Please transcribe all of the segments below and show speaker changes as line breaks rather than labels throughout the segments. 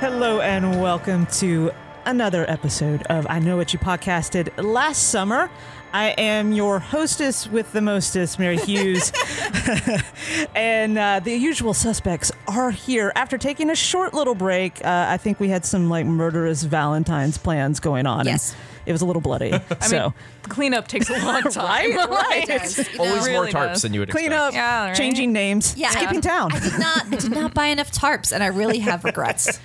Hello and welcome to another episode of I Know What You Podcasted last summer. I am your hostess with the mostest, Mary Hughes. and uh, the usual suspects are here after taking a short little break. Uh, I think we had some like murderous Valentine's plans going on. and
Yes.
It was a little bloody. so
cleanup takes a long time.
Right, right.
Like,
Yes, you know.
Always more
really
tarps
does.
than you would
clean up,
expect.
Yeah, right.
changing names,
Yeah.
skipping town.
I did not did not buy enough tarps, and I really have regrets.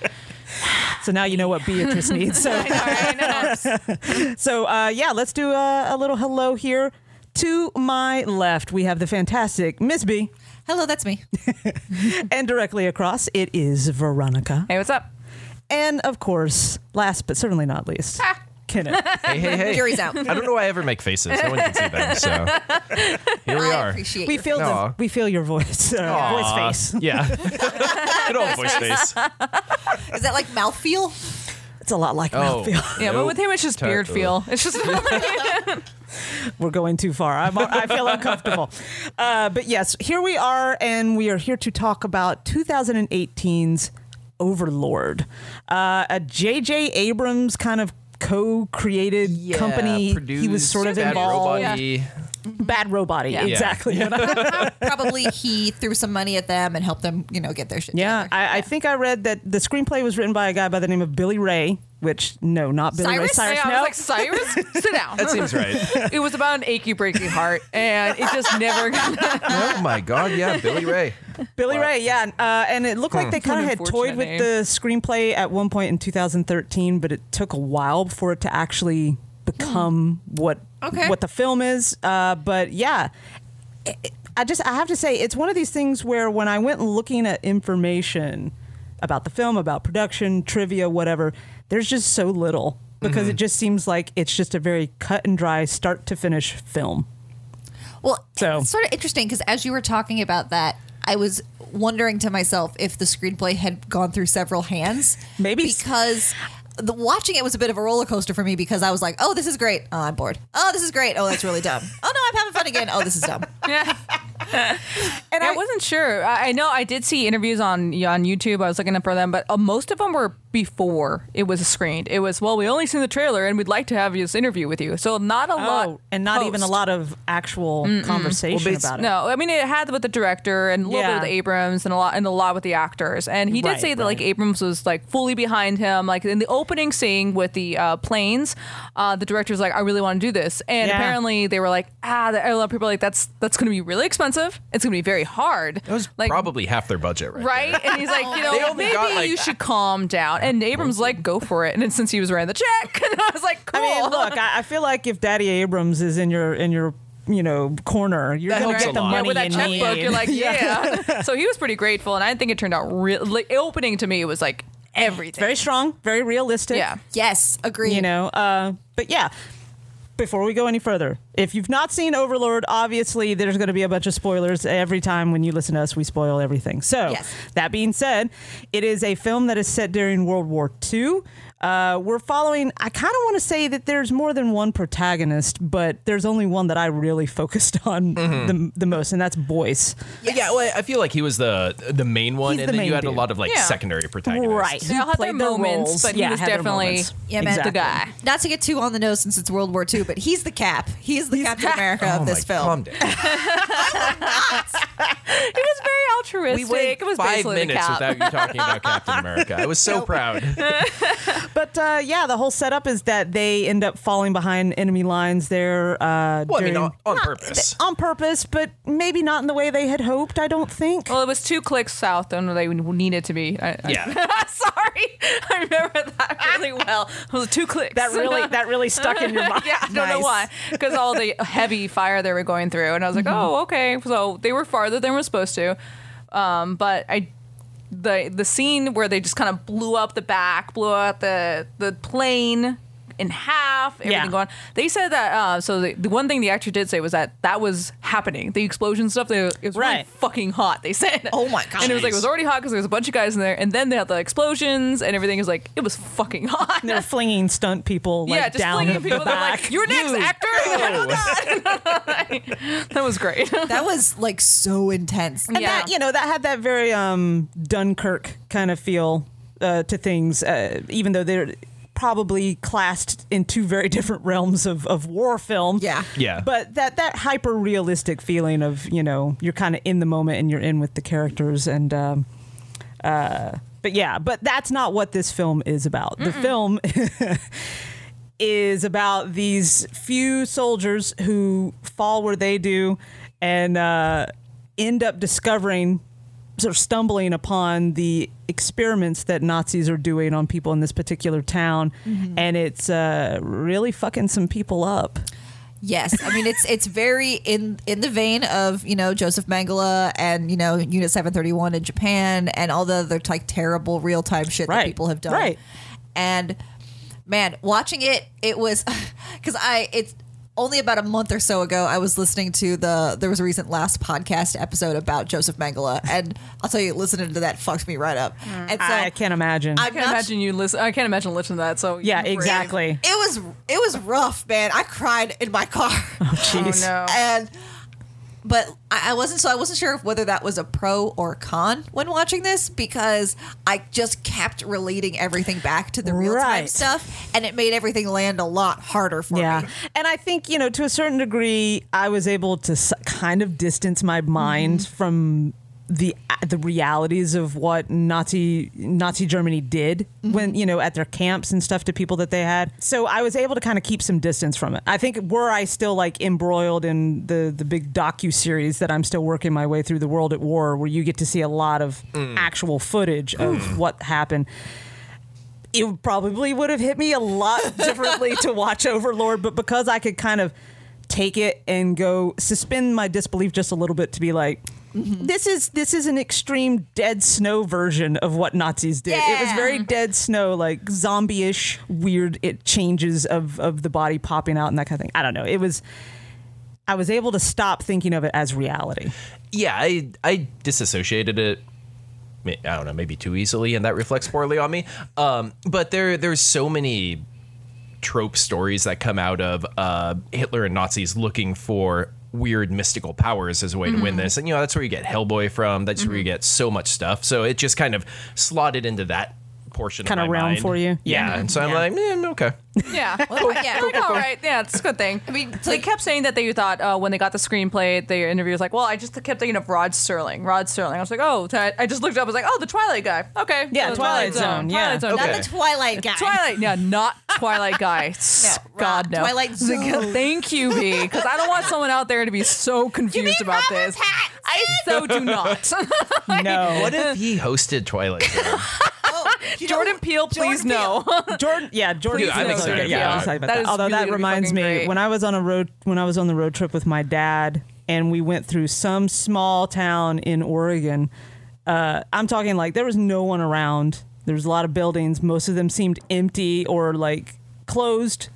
so now you know what Beatrice needs. So
I know.
So uh, yeah, let's do a, a little hello here. To my left, we have the fantastic Miss B,
Hello, that's me.
and directly across it is Veronica,
Hey, what's up?
and of course, last but certainly not least, Kenneth.
Hey, hey, hey.
Jury's out.
I don't know why I ever make faces. No one can see them. So here we
I
are.
appreciate
We
your-
feel the,
Aw.
we feel your voice, uh,
Aw,
voice face.
Yeah. Good old voice face.
Is that like mouthfeel?
It's a lot like
Oh.
mouthfeel.
Yeah, but
Nope.
with him, it's just beard
Totally.
feel. It's just
We're going too far. I'm, I feel uncomfortable. Uh, but yes, here we are, and we are here to talk about 2018's Overlord, uh, a J.J. Abrams kind of co-created
Yeah,
company. he was
produced,
sort of
bad
involved.
robot-y.
Bad robot.
Yeah.
Exactly.
Probably he threw some money at them and helped them, you know, get their shit.
Yeah,
together.
I, I think I read that the screenplay was written by a guy by the name of Billy Ray. Which no, not Billy
Cyrus?
Ray.
Yeah,
Cyrus.
I
no.
was like, Cyrus, sit down.
That seems right.
It was about an achy, breaky heart, and it just never. got
oh my God. Yeah, Billy Ray.
Billy Ray, yeah, uh, and it looked like they kind of
An
had toyed with
unfortunate
the screenplay at one point in 2013, but it took a while for it to actually become what
Okay.
what the film is. Uh, but yeah, I- I just I have to say it's one of these things where when I went looking at information about the film, about production, trivia, whatever, there's just so little because it just seems like it's just a very cut and dry, start to finish film.
Well,
So-
it's sort of interesting because as you were talking about that, I was wondering to myself if the screenplay had gone through several hands.
Maybe.
because the watching it was a bit of a roller coaster for me because I was like, "Oh, this is great. Oh, I'm bored. Oh, this is great. Oh, that's really dumb. Oh no, I'm having fun again. Oh, this is dumb."
Yeah. and I, wasn't sure. I, I know I did see interviews on on YouTube. I was looking up for them, but uh, most of them were before it was screened. It was well, we only seen the trailer, and we'd like to have this interview with you. So not a lot,
Oh, and not even a
post.
lot of actual conversation
Well, basi-
about it.
No, I mean it had with the director and a little
Yeah.
bit with Abrams and a lot and a lot with the actors. And he did
Right,
say that like
right.
Abrams was like fully behind him. Like in the opening scene with the uh, planes, uh, the director's like, "I really want to do this," and
Yeah.
apparently they were like, "Ah," the- a lot of people are like, "That's that's going to be really expensive. It's going to be very hard."
That was
like.
probably half their budget, right?
Right, and he's like, you
They
know,
only
maybe
got, like-
you should calm down. And Abrams like, go for it. And then since he was writing the check, and I was like, cool.
I mean, look, I, I feel like if Daddy Abrams is in your in your you know corner, you're
That
gonna
helps
get
a
the
lot.
Yeah,
money
with that
you
checkbook,
need.
you're like, yeah. so he was pretty grateful, and I think it turned out real. Like, opening to me was like everything.
very strong, very realistic.
yeah.
Yes, agree.
you know. Uh, but yeah. Before we go any further, if you've not seen Overlord, obviously there's going to be a bunch of spoilers every time when you listen to us. We spoil everything. So,
Yes.
that being said, it is a film that is set during World War II. Uh, we're following, I kind of want to say that there's more than one protagonist, but there's only one that I really focused on
Mm-hmm.
the, the most, and that's Boyce.
Yes.
Yeah, well, I feel like he was the the main one,
He's
and
the
then
main
you had
dude.
a lot of like
Yeah.
secondary protagonists.
They all had their moments, but he was
had their
definitely-
moments.
Yeah, man.
Exactly.
The guy.
Not to get too on the nose since it's World War II, but he's the cap. He's the Captain America
Oh
of this
my,
film.
Calm down.
It was very altruistic.
We went
it was
five
basically the
minutes
cap.
without you talking about Captain America. I was so proud.
But uh, yeah, the whole setup is that they end up falling behind enemy lines there. Uh,
Well, I
during,
mean, on, on purpose.
on purpose, but maybe not in the way they had hoped. I don't think.
well, it was two clicks south than they needed to be. I, I-
Yeah.
Sorry, I remember that really well. It was two clicks.
that really that really stuck in your mind.
yeah, I don't know
Nice.
why. Because all the heavy fire they were going through, and I was
Mm-hmm.
like, oh, okay. So they were farther than we're supposed to, um, but I. The, the scene where they just kind of blew up the back, blew out the the plane in half, everything
Yeah.
going. They said that. Uh, so the, the one thing the actor did say was that that was happening. The explosion stuff. They, it was really
Right.
fucking hot. They said.
Oh my God.
And it was like it was already hot because there was a bunch of guys in there, and then they had the explosions and everything. Is like it was fucking hot.
And They're flinging stunt people like
yeah, just
down
flinging people.
the
They're
back.
like, "You're next, actor." that was great.
That was like so intense.
and that you know that had that very um, Dunkirk kind of feel. uh, to things, uh, even though they're probably classed in two very different realms of, of war film.
Yeah.
Yeah.
But that that hyper realistic feeling of you know you're kind of in the moment and you're in with the characters and. Um, uh, but yeah, but that's not what this film is about. The film is about these few soldiers who fall where they do and uh, end up discovering sort of stumbling upon the experiments that Nazis are doing on people in this particular town and it's uh, really fucking some people up.
Yes, I mean it's it's very in in the vein of you know Joseph Mangala and you know Unit Seven Thirty One in Japan and all the other like terrible real time shit
Right,
that people have done.
right.
And man, watching it, it was because I it's only about a month or so ago I was listening to the there was a recent last podcast episode about Joseph Mangala and I'll tell you listening to that fucked me right up. And so
Mm. I can't imagine.
I'm
I can't
not
imagine you listen. I can't imagine listening to that. So
yeah,
brave.
exactly.
It was it was rough, man. I cried in my car.
Oh
Jeez.
no.
and but I, I wasn't so I wasn't sure if whether that was a pro or con when watching this because I just kept relating everything back to the real time
Right.
stuff and it made everything land a lot harder for
yeah.
me.
And I think, you know, to a certain degree, I was able to s- kind of distance my mind from the uh, the realities of what Nazi Nazi Germany did when you know at their camps and stuff to people that they had. So I was able to kind of keep some distance from it. I think were I still like embroiled in the the big docu series that I'm still working my way through the world at war where you get to see a lot of actual footage of what happened it probably would have hit me a lot differently to watch Overlord, but because I could kind of take it and go suspend my disbelief just a little bit to be like,
Mm-hmm.
this is this is an extreme dead snow version of what Nazis did. It was
Yeah.
very dead snow, like zombie-ish, weird it changes of of the body popping out and that kind of thing. I don't know. It was I was able to stop thinking of it as reality.
yeah, I I disassociated it. ma- I don't know, maybe too easily, and that reflects poorly on me. Um, but there, there's so many trope stories that come out of uh, Hitler and Nazis looking for weird mystical powers as a way to win this, and you know that's where you get Hellboy from. That's where you get so much stuff. So it just kind of slotted into that portion
Kinda
of my
round
mind.
for you?
Yeah,
Yeah.
and so I'm
Yeah.
like, eh, okay,
Yeah.
yeah.
Like, all right. Yeah, it's a good thing. I mean, they kept saying that they thought uh, when they got the screenplay, their interview was like, well, I just kept thinking of Rod Sterling. Rod Sterling. I was like, oh, I- I just looked up. I was like, oh, the Twilight guy. Okay.
Yeah,
So
Twilight Zone, yeah.
Twilight Zone.
Okay.
Not the Twilight guy.
Twilight, yeah, not Twilight guy. S-
Rob,
God no.
Twilight
It's like,
Zone.
Thank you, B, because I don't want someone out there to be so confused about
Robert
this. I so do not.
No.
what if he hosted Twilight? Zone?
Oh, you know-
Jordan Peele, please
Jordan
no.
Jordan, yeah, Jordan.
Dude, I'm
Peele.
excited
Yeah,
about
I'm
it.
excited about
That
that.
is
Although
really
that
gonna be
reminds
fucking
me,
great.
when I was on a road, when I was on the road trip with my dad, and we went through some small town in Oregon. Uh, I'm talking like there was no one around. There was a lot of buildings. Most of them seemed empty or like closed.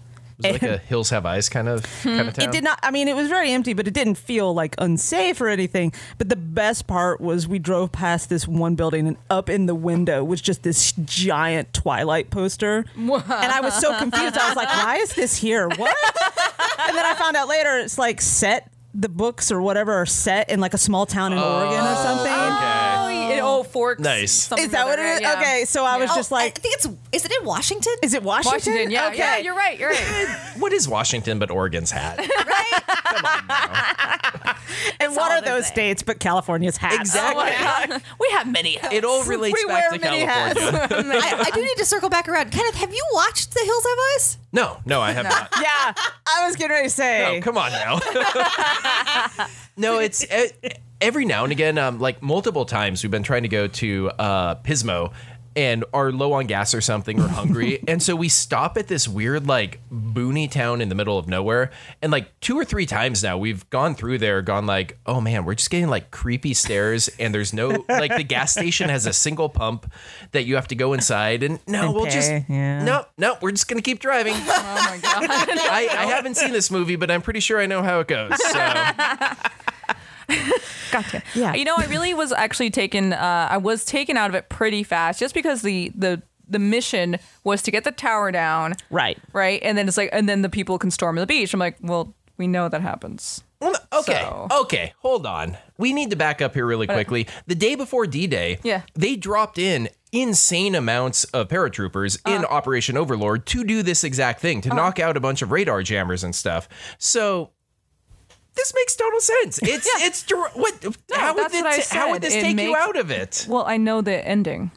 It was like a Hills Have Eyes kind of kind of town.
It did not. I mean, it was very empty, but it didn't feel like unsafe or anything. But the best part was we drove past this one building, and up in the window was just this giant Twilight poster. and I was so confused. I was like, "Why is this here? What?" and then I found out later it's like set. The books or whatever are set in like a small town in Oregon or something.
Okay.
It- oh, forks.
Nice.
Is that what it is? Okay, so I was
Oh,
just
I
like,
think it's is it in Washington?
"Is it Washington?"
Washington, yeah,
okay.
yeah, you're right, Oh you're right.
What is Washington but Oregon's hat?
and what
all
are
they're
those
saying.
states but California's hat?
Exactly. Oh
we have many hats.
It all relates
We
back
wear
to
many hats.
California.
I, I do need to circle back around. Kenneth, have you watched The Hills Have Eyes?
No, no, I have not.
Yeah, I was getting ready to say.
No, come on now. no, it's e- every now and again, um, like multiple times, we've been trying to go to uh, Pismo and are low on gas or something or hungry. and so we stop at this weird, like, boony town in the middle of nowhere. And like two or three times now, we've gone through there, gone like, oh man, we're just getting like creepy stairs. And there's no, like, the gas station has a single pump that you have to go inside. And no,
And
we'll just,
pay, yeah.
no, no, we're just going to keep driving.
Oh my god.
I, I haven't seen this movie, but I'm pretty sure I know how it goes. So
Gotcha.
Yeah.
You know, I really was actually taken. Uh, I was taken out of it pretty fast, just because the the the mission was to get the tower down,
Right.
right? And then it's like, and then the people can storm the beach. I'm like, well, we know that happens.
Well, no- okay,
So-
okay, hold on. We need to back up here really quickly. The day before D Day,
Yeah.
they dropped in insane amounts of paratroopers in
Uh-huh.
Operation Overlord to do this exact thing to knock out a bunch of radar jammers and stuff. So this makes total sense. It's it's dir- what how would
that's what I
this, how would
said.
this
It
take you
makes-
out of it?
Well, I know the ending,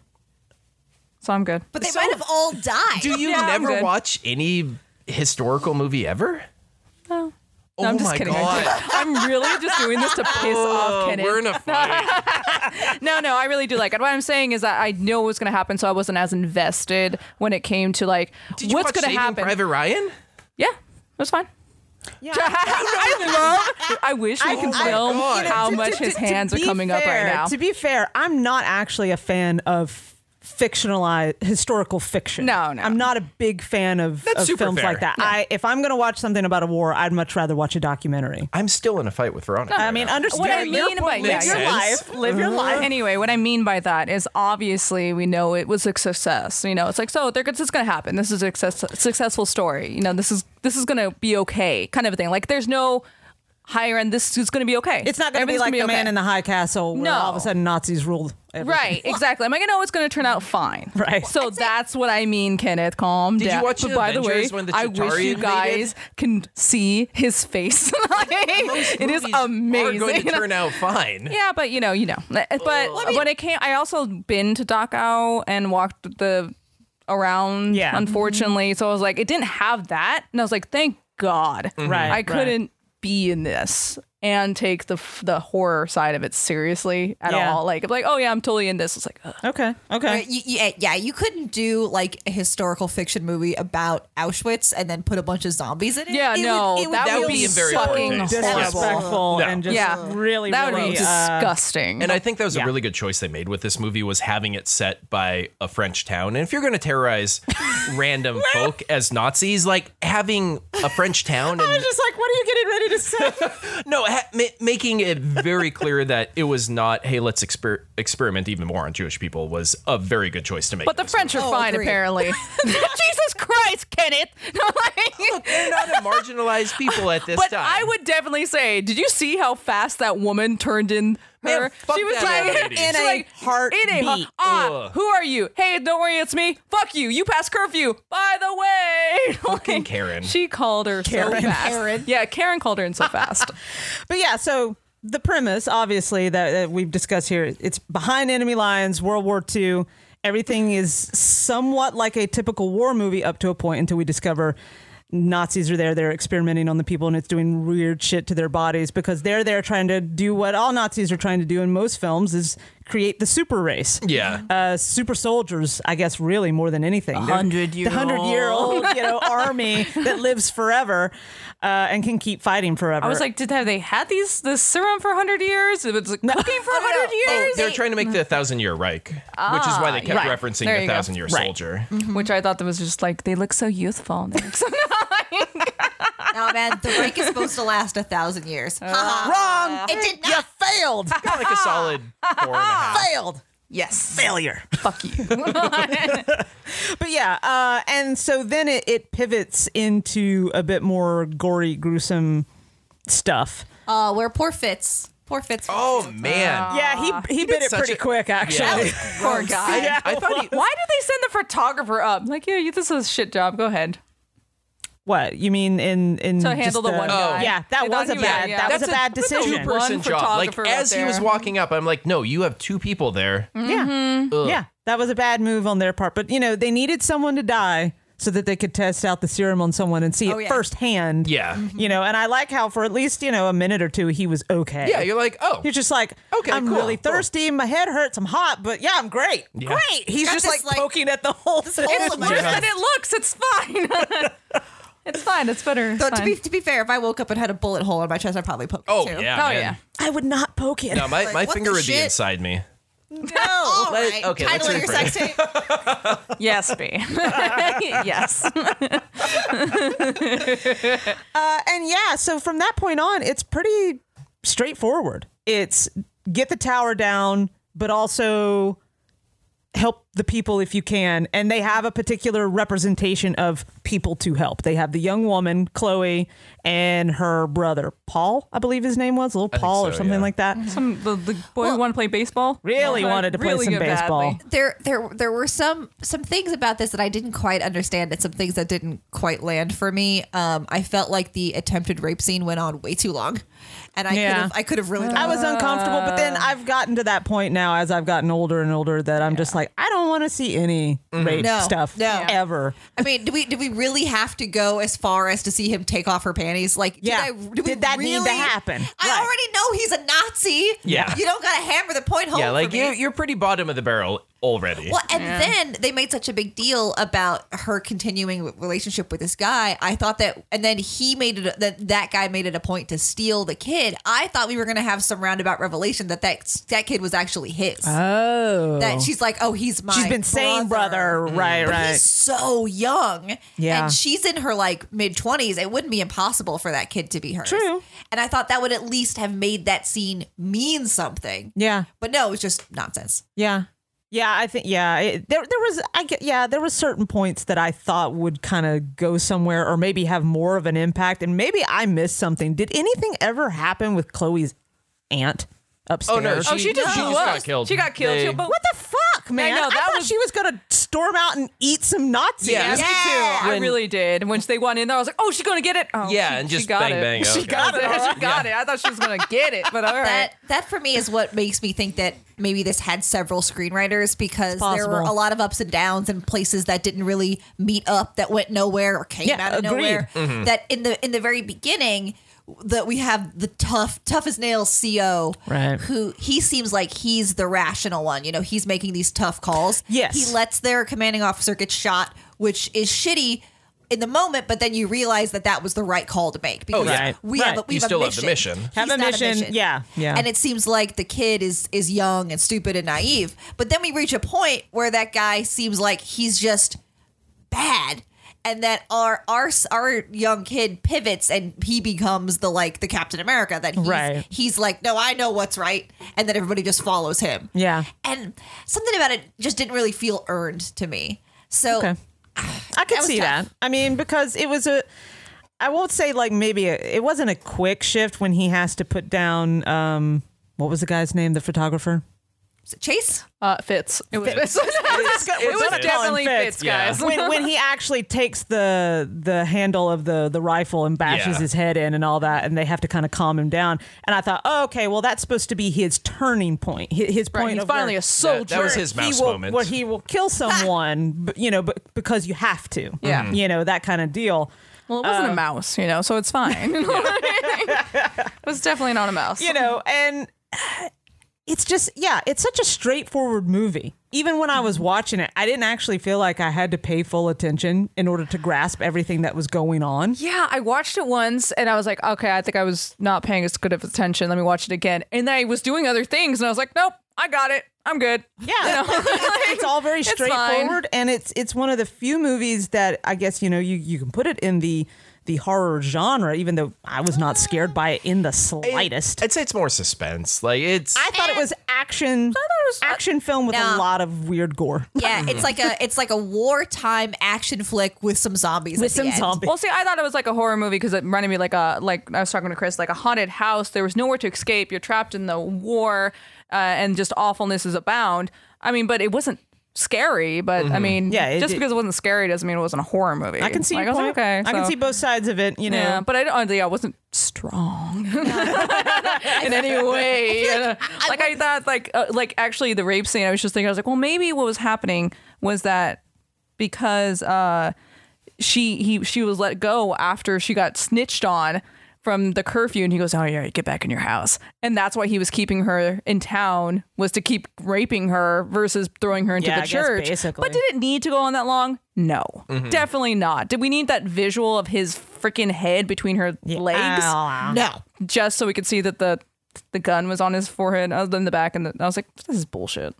so I'm good.
But they
So-
might have all died.
Do you
Yeah, I'm
never
good.
watch any historical movie ever?
No.
Oh
No, I'm just
my
kidding.
god.
I'm really just doing this to piss off
Oh,
Kenneth.
we're in a fight.
No, no, I really do like it. What I'm saying is that I know what's going to happen, so I wasn't as invested when it came to like
Did you
what's
watch
going to
Saving
happen.
Private Ryan?
yeah, that's fine.
Yeah.
I love. I wish we could
my
film
God. You know,
how
to-
much
to-
his
to- to
hands
be
are coming up
fair-
right now.
To be fair, I'm not actually a fan of fictionalized historical fiction.
No, no.
I'm not a big fan of,
That's
of
super
films
fair.
like that. I if I'm going to watch something about a war, I'd much rather watch a documentary.
I'm still in a fight with Veronica.
I
right
mean,
now.
understand
What I
your
mean
point, Uh-huh.
by-
live
yeah,
your
yeah.
life, live your life.
Anyway, what I mean by that is obviously we know it was a success. You know, it's like so they're this is going to happen. This is a success, successful story. You know, this is this is going to be okay, kind of a thing. Like there's no higher end. This is going to be okay.
It's not going to be
Everything's
like
gonna
the man in the high castle where
No.
all of a sudden Nazis ruled. Everything.
Right, exactly. I'm like, I know it's going to turn out fine.
Right.
So that's what I mean, Kenneth. Calm
you
down.
watch
but
the
by the way,
Avengers when the
I wish
Chitauri
you
invaded?
guys can see his face. Like, it is
Movies
amazing.
Are going to turn out fine.
Yeah, but you know, you know. But when it came, I also been to Dachau and walked the around.
Yeah.
Unfortunately, so I was like, it didn't have that, and I was like, thank God.
Right,
I
right.
couldn't be in this and take the f- the horror side of it seriously at
Yeah.
all. Like, I'm like, oh yeah, I'm totally in this. It's like, ugh.
Okay. Okay.
You- you- yeah, you couldn't do like a historical fiction movie about Auschwitz and then put a bunch of zombies in it.
yeah,
It would-
no,
it would
that
that
would
would
be
be very
fucking
poor taste.
Horrible.
Disrespectful
No.
and just
Yeah.
really,
that would
really
be
uh,
disgusting.
And I think that was
Yeah.
a really good choice they made with this movie was having it set by a French town. And if you're going to terrorize random folk as Nazis, like having a French town
I
and
was just like, what are you getting ready to say?
no, ha- ma- making it very clear that it was not hey, let's exper- experiment even more on Jewish people was a very good choice to make.
but the French are
Oh,
fine,
agreed.
apparently. Jesus Christ, Kenneth! Like-
they're not a marginalized people at this
But
time.
I would definitely say, did you see how fast that woman turned in
Man,
her?
fuck that old lady.
she's
In
a
In a
heartbeat.
ah,
Ugh.
who are you? Hey, don't worry, it's me. Fuck you. You passed curfew. By the way,
Fucking
Like,
Karen.
She called her
Karen.
so fast.
Karen.
Yeah, Karen called her in so fast.
But yeah, so the premise, obviously, that, that we've discussed here, it's behind enemy lines, World War II. Everything is somewhat like a typical war movie up to a point until we discover Nazis are there. They're experimenting on the people and it's doing weird shit to their bodies because they're there trying to do what all Nazis are trying to do in most films is create the super race.
yeah.
Uh, super soldiers, I guess, really more than anything. They're-
100 year
the hundred year old, you know, army that lives forever uh, and can keep fighting forever.
I was like, did have they had these this serum for hundred years? It was like cooking for hundred
Oh,
years,
they're trying to make the thousand year Reich, which is why they kept
right.
referencing
There
the
you go.
thousand year
Right.
soldier.
which I thought that was just like they look so youthful. And they're so
No, Oh, man, the rank is supposed to last a thousand years.
Uh.
Ha
wrong.
ha. it did
You
not.
failed.
Got like a solid four and a half.
failed.
yes,
Failure.
fuck you.
But yeah, uh, and so then it, it pivots into a bit more gory, gruesome stuff.
Uh, where poor Fitz. Poor Fitz.
Oh man.
yeah, Uh, he he bit it
such
pretty
a-
quick,
Yeah,
actually.
like,
poor guy.
I, I thought he,
Why did they send the photographer up? Like, yeah, you- this is a shit job. Go ahead.
What you mean in in
To
just Oh.
handle the one guy.
Yeah, that
They
was
thought
a
he-
bad
yeah, yeah.
that was a,
That's a-
bad
that's a
decision.
One
person job. Like
photographer
as
up
he was
there.
walking up, I'm like, no, you have two people there.
Yeah. Mm-hmm. Yeah. That was a bad move on their part. But, you know, they needed someone to die so that they could test out the serum on someone and see
Oh,
it
yeah.
firsthand.
Yeah. Mhm.
You know, and I like how for at least, you know, a minute or two, he was okay.
Yeah, you're like, oh,
He's just like, okay,
Okay,
I'm
cool,
really
cool.
thirsty. My head hurts. I'm hot, but yeah, I'm great. Great. He's
got
just
this,
like,
like-
poking at the whole
this
thing.
whole
It's worse
Yeah.
than it looks. It's fine. it's fine. It's better. It's
Though to
fine.
be to be fair, if I woke up and had a bullet hole in my chest, I'd probably poke. it,
oh
too.
yeah,
oh
man.
yeah.
I would not poke it.
No, my,
Like,
my
what
finger
the
would be
shit?
inside me.
Oh, all
Let-
right.
okay, let's
Title of your
rephrase.
sex tape.
Yes, B. yes.
Uh, and yeah, so from that point on, it's pretty straightforward. It's get the tower down, but also help the people if you can. And they have a particular representation of people to help. They have the young woman, Chloe, and her brother, Paul, I believe his name was, little
think
Paul or
so,
something
yeah.
like that.
Some the, the boy
Well-
who wanted to play baseball
Really wanted to play some
good badly.
baseball.
there there there were some some things about this that I didn't quite understand and some things that didn't quite land for me. Um, I felt like the attempted rape scene went on way too long, and I
Yeah.
could have I could have really
I was uncomfortable, but then I've gotten to that point now as I've gotten older and older that I'm just like, I don't want to see any rape
No,
stuff
no.
ever.
I mean, do we do we really have to go as far as to see him take off her panties? Like,
Yeah.
did, I, do we
Did that need to
really-
happen?
I
Right.
already know he's a Nazi.
Yeah.
you don't gotta hammer the point home.
yeah, like
Oh, for
you,
me.
you're pretty bottom of the barrel already.
Well, and then they made such a big deal about her continuing relationship with this guy. I thought that, and then he made it that that guy made it a point to steal the kid. I thought we were going to have some roundabout revelation that that that kid was actually his.
Oh.
that she's like, oh, he's my.
She's been saying brother, right,
But
right.
He's so young.
Yeah.
And she's in her like mid 20s. It wouldn't be impossible for that kid to be hers.
True.
And I thought that would at least have made that scene mean something.
Yeah.
But no, it was just nonsense.
Yeah. Yeah, I think yeah, it, there there was I get, yeah, there was certain points that I thought would kind of go somewhere or maybe have more of an impact and maybe I missed something. Did anything ever happen with Chloe's aunt upstairs?
Oh, no,
Oh, she just
She
blew
just
up.
got killed.
She got killed.
They-
She- but
what the fuck, man? I,
know, that
thought
was-
she was going to storm out and eat some Nazis.
Yeah.
Yeah, me too. I
When-
really did. Once they went in there, I was like, "Oh, she's gonna get it!" Oh,
Yeah,
she-
and
she
just
got
bang,
it.
bang.
She
okay.
got it.
she got it. I thought she was gonna get it, but all right.
That that for me is what makes me think that maybe this had several screenwriters because there
possible.
were a lot of ups and downs and places that didn't really meet up that went nowhere or came
Yeah,
out of
agreed. Mm-hmm.
nowhere. That in the in the very beginning that we have the tough tough as nails CO
Right.
who he seems like he's the rational one. You know, he's making these tough calls.
Yes.
He lets their commanding officer get shot, which is shitty in the moment, but then you realize that that was the right call to make because
Oh, yeah.
Right,
we have
right.
a, we
You
have
still
a
have the
mission.
mission.
Have
He's
a
not
mission, yeah, yeah.
And it seems like the kid is is young and stupid and naive, but then we reach a point where that guy seems like he's just bad. And that our our our young kid pivots and he becomes the like the Captain America that he's,
Right.
he's like no I know what's right and then everybody just follows him
Yeah.
and something about it just didn't really feel earned to me so
Okay. I could
was
see
tough.
that. I mean, because it was a. I won't say like maybe a, it wasn't a quick shift when he has to put down. Um, what was the guy's name? The photographer.
Chase
uh, fits. It was fits.
It
it was
fits.
definitely
Fits,
fits,
yeah.
guys.
when, when he actually takes the the handle of the the rifle and bashes
Yeah.
his head in and all that, and they have to kind of calm him down. And I thought, oh, okay, well, that's supposed to be his turning point. hi- His,
Right,
point
he's
of where-
finally a
that,
soldier.
that was his mouse
he will,
moment.
Where he will kill someone, but, you know, but because you have to. Mm-hmm.
Yeah. Mhm.
You know that kind of deal.
well, it wasn't
Um,
a mouse, you know, so it's fine. it was definitely not a mouse.
you know, and uh, it's just yeah, it's such a straightforward movie. Even when I was
Mm-hmm.
watching it, I didn't actually feel like I had to pay full attention in order to grasp everything that was going on.
Yeah, I watched it once and I was like, okay, I think I was not paying as good of attention. Let me watch it again. And then I was doing other things and I was like, nope, I got it. I'm good.
Yeah, it's all very
It's fine.
straightforward, and it's it's one of the few movies that I guess you know you you can put it in the the horror genre, even though I was not scared by it in the slightest.
I'd say it's more suspense. Like it's.
I thought it was action action film with a
No.
lot of weird gore.
yeah
Mm-hmm.
it's like a it's like a wartime action flick with some zombies at
With
the
some
end.
zombies.
Well, see, I thought it was like a horror movie because it reminded me like a like I was talking to Chris like a haunted house. There was nowhere to escape. You're trapped in the war, uh, and just awfulness is abound. I mean, but it wasn't scary. But I mean,
Yeah, it-
just
it-
because it wasn't scary doesn't mean it wasn't a horror movie.
I can see
Like,
your
I was like,
point.
okay,
I can
so-
see both sides of it. You know,
Yeah, but I don't. Yeah, I wasn't strong in any way. Uh, like I thought, like uh, like actually the rape scene. I was just thinking, I was like, well, maybe what was happening was that because uh, she he she was let go after she got snitched on from the curfew, and he goes, oh yeah, get back in your house, and that's why he was keeping her in town was to keep raping her versus throwing her into
Yeah,
the
I guess
church.
basically.
But did it need to go on that long? No,
Mm-hmm.
definitely not. Did we need that visual of his freaking head between her legs
Ow.
no
just so we could see that the the gun was on his forehead, other than the back? And the, I was like, this is bullshit.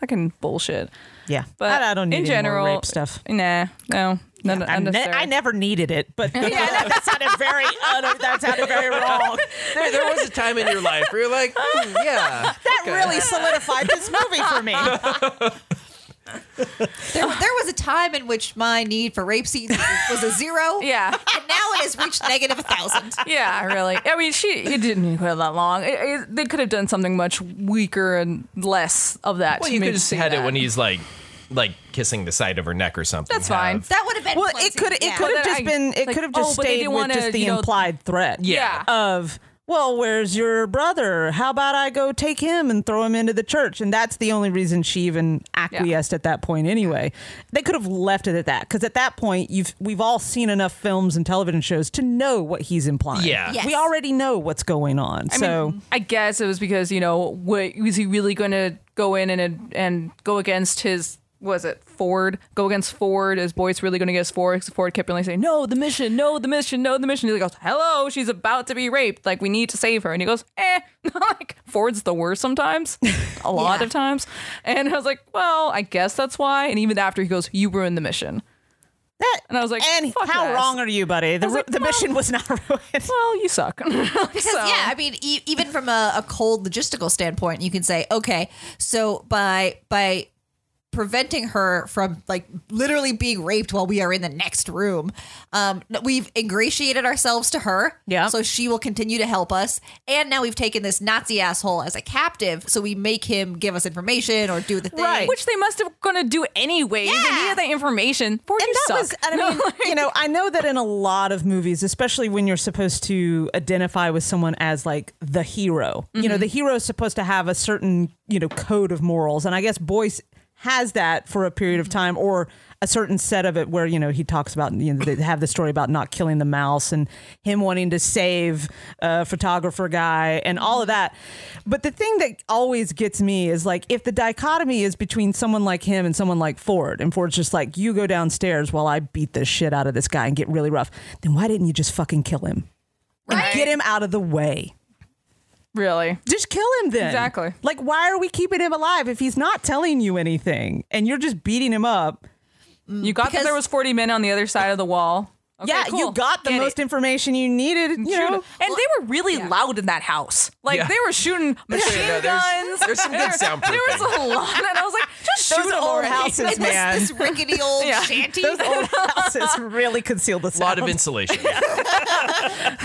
Fucking bullshit.
Yeah,
But
I, I don't need
in
any
general
more rape stuff.
Nah, no, no,
I, ne- I never needed it, but that sounded very un- that sounded very wrong.
there, there was a time in your life where you're like, hmm, yeah,
That really solidified this movie for me.
There, there was a time in which my need for rapeseed was a zero.
Yeah.
And now it has reached negative a thousand.
Yeah, really. I mean, she it didn't need her that long. It, it, they could have done something much weaker and less of that.
Well,
to
you
make
could have
see
had
that.
it when he's like, like kissing the side of her neck or something.
That's fine.
Have-
That would have been
Well,
plenty.
it could it
Yeah.
could
But
have just
I-
been it
like,
could have just
oh, but they
stayed
didn't
with
wanna,
just the
you know-
implied threat.
Yeah.
Of well, where's your brother? How about I go take him and throw him into the church? And that's the only reason she even acquiesced at that point anyway. They could have left it at that cuz at that point you've we've all seen enough films and television shows to know what he's implying.
Yeah.
Yes.
We already know what's going on.
I
so
mean, I guess it was because you know, what, was he really going to go in and and go against his? Was it Ford? Go against Ford? Is Boyce really going to get Ford? 'Cause Ford kept really saying, "No, the mission. No, the mission. No, the mission." He goes, "Hello, she's about to be raped. Like we need to save her." And he goes, "Eh." like Ford's the worst sometimes, a lot
Yeah.
of times. And I was like, "Well, I guess that's why." And even after he goes, "You ruined the mission."
that
and I was like,
and
"Fuck
how
yes."
wrong are you, buddy? The,
was like,
the
well-
mission was not ruined.
Well, you suck.
Because,
So-
yeah, I mean, e- even from a, a cold logistical standpoint, you can say, okay, so by by preventing her from like literally being raped while we are in the next room, um, we've ingratiated ourselves to her.
Yeah.
So she will continue to help us, and now we've taken this Nazi asshole as a captive, so we make him give us information or do the thing.
Right.
Which they must have going to do anyway. They
Yeah.
needed that information. Ford,
and
you
that
suck.
was and I mean, you know, I know that in a lot of movies, especially when you're supposed to identify with someone as like the hero, you know, the hero is supposed to have a certain, you know, code of morals. And I guess Boyce has that for a period of time or a certain set of it where, you know, he talks about, you know, they have the story about not killing the mouse and him wanting to save a photographer guy and all of that. But the thing that always gets me is like if the dichotomy is between someone like him and someone like Ford, and Ford's just like, you go downstairs while I beat the shit out of this guy and get really rough, then why didn't you just fucking kill him? And get him out of the way.
really.
Just kill him then.
Exactly.
Like, why are we keeping him alive if he's not telling you anything and you're just beating him up?
You got that
Because-
there was 40 men on the other side of the wall. Okay,
yeah, you
cool.
got the
Get
most
it.
information you needed. You
Shoot 'em.
know,
And they were really loud in that house. Like
Yeah.
they were shooting machine
no, there's-
guns.
there's some good
There was a lot, and I was like, just shoot
Those
them
old
already.
houses,
Like,
Like
this-
man.
this, this rickety old
Yeah.
shanty.
those old houses really conceal the
a lot
sound.
of insulation.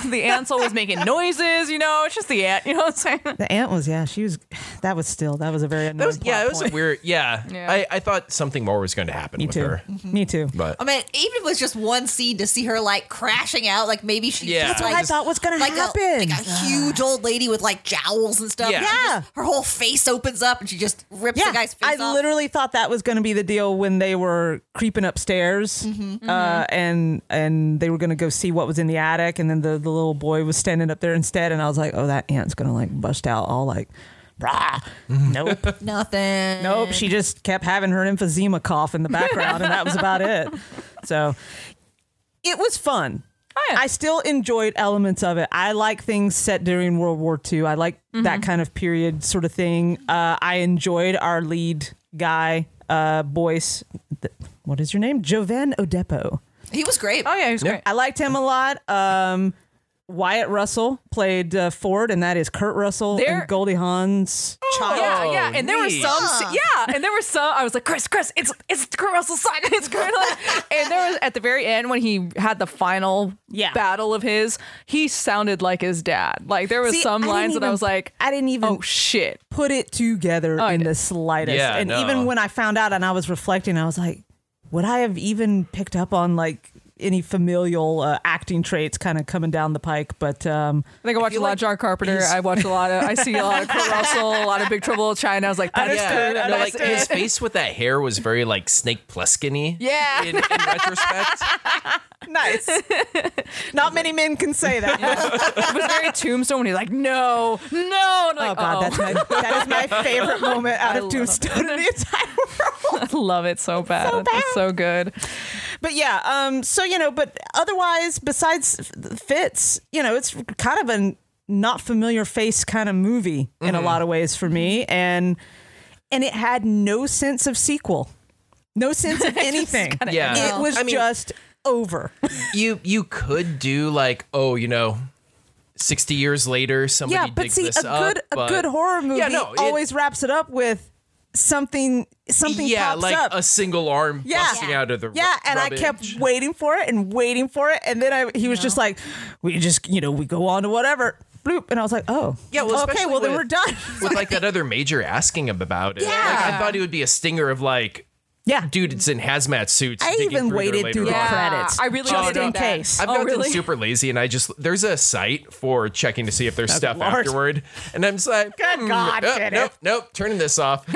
the Ansel was making noises. You know, it's just the ant. You know what I'm saying?
The aunt was, yeah, she was. That was still, that was a very annoying.
That was, yeah,
plot
it was
point.
a weird. Yeah,
Yeah.
I, I thought something more was going to happen
Me
with
too.
her,
Me too.
but
I mean, even if it was just one scene to see her like crashing out, like maybe she just,
Yeah. That's
what
like,
I thought was gonna
like A,
happen.
like a huge old lady with like jowls and stuff.
Yeah.
She just-
Yeah.
her whole face opens up and she just rips the guy's face
I
off.
literally thought that was going to be the deal when they were creeping upstairs, uh, and and they were going to go see what was in the attic, and then the, the little boy was standing up there instead, and I was like, oh, that aunt's going to like bust out all like, rah,
Mm-hmm.
nope,
Nothing.
nope. She just kept having her emphysema cough in the background, and that was about it. So it was fun.
Oh, yeah.
I still enjoyed elements of it. I like things set during World War II. I like
Mm-hmm.
that kind of period sort of thing. Uh, I enjoyed our lead guy, uh, Boyce. th- what is your name? Jovan Odepo.
He was great.
Oh yeah, he was great.
I liked him a lot. Um, Wyatt Russell played uh, Ford, and that is Kurt Russell
There- Oh,
and Goldie Hawn's child.
Yeah, yeah,
Oh,
and there were
neat.
some. se- Yeah, and there were some. I was like, Chris, Chris, it's it's Kurt Russell's side. It's Kurt. Russell." and there was at the very end when he had the final
Yeah.
battle of his, he sounded like his dad. Like there was
See,
some
I didn't
lines that I
even-
was like,
I didn't even
oh shit.
put it together
I
in
did.
the slightest.
Yeah,
and
no.
even when I found out and I was reflecting, I was like, would I have even picked up on like any familial uh, acting traits kind of coming down the pike? But um,
I think I watched a lot of John Carpenter. I watched a lot of. I see a lot of Kurt Russell, a lot of Big Trouble in China. I was like, that's
yeah,
Understood,
Kurt.
no, like
understood.
his face with that hair was very like Snake Plissken-y.
Yeah.
in, in retrospect,
nice. Not many men can say that.
It was very Tombstone when he's like, no, no. And
Oh
I'm like,
god, that's my that is my favorite moment out
I
of
love
Tombstone in the entire world.
I "Oh, love it so bad.
so
It's so good.
But yeah, um, so you know, but otherwise, besides Fitz, you know, it's kind of a not familiar face kind of movie in
Mm-hmm.
a lot of ways for me, and and it had no sense of sequel, no sense of anything.
Yeah. ended.
it was
I mean-
just over.
you you could do like oh you know. 60 years later
yeah,
somebody
but
digs
see,
this
a
up,
good a
but-
good horror movie
yeah, no, it-
always wraps it up with something something
yeah,
pops
like
up.
a single arm
Yeah.
busting out of the
yeah, and I kept
rubbish.
waiting for it and waiting for it, and then I he was just like, "We just, you know, we go on to whatever." Bloop, and I was like, "Oh,
Yeah, well,
okay,
especially
well then
with-
we're done."
with like that other major asking him about it. Like, I
Yeah.
thought it would be a stinger of like
yeah,
dude, it's in hazmat suits.
I
digging
even
through their
waited through the
labor
Yeah.
credits.
I really
just
wanted
in
that.
case.
I've
Oh,
gotten
really?
super lazy, and I just there's a site for checking to see if there's stuff
Lord.
afterward, and I'm just like,
Good
hmm,
God,
oh,
Kenneth.
nope, nope, turning this off.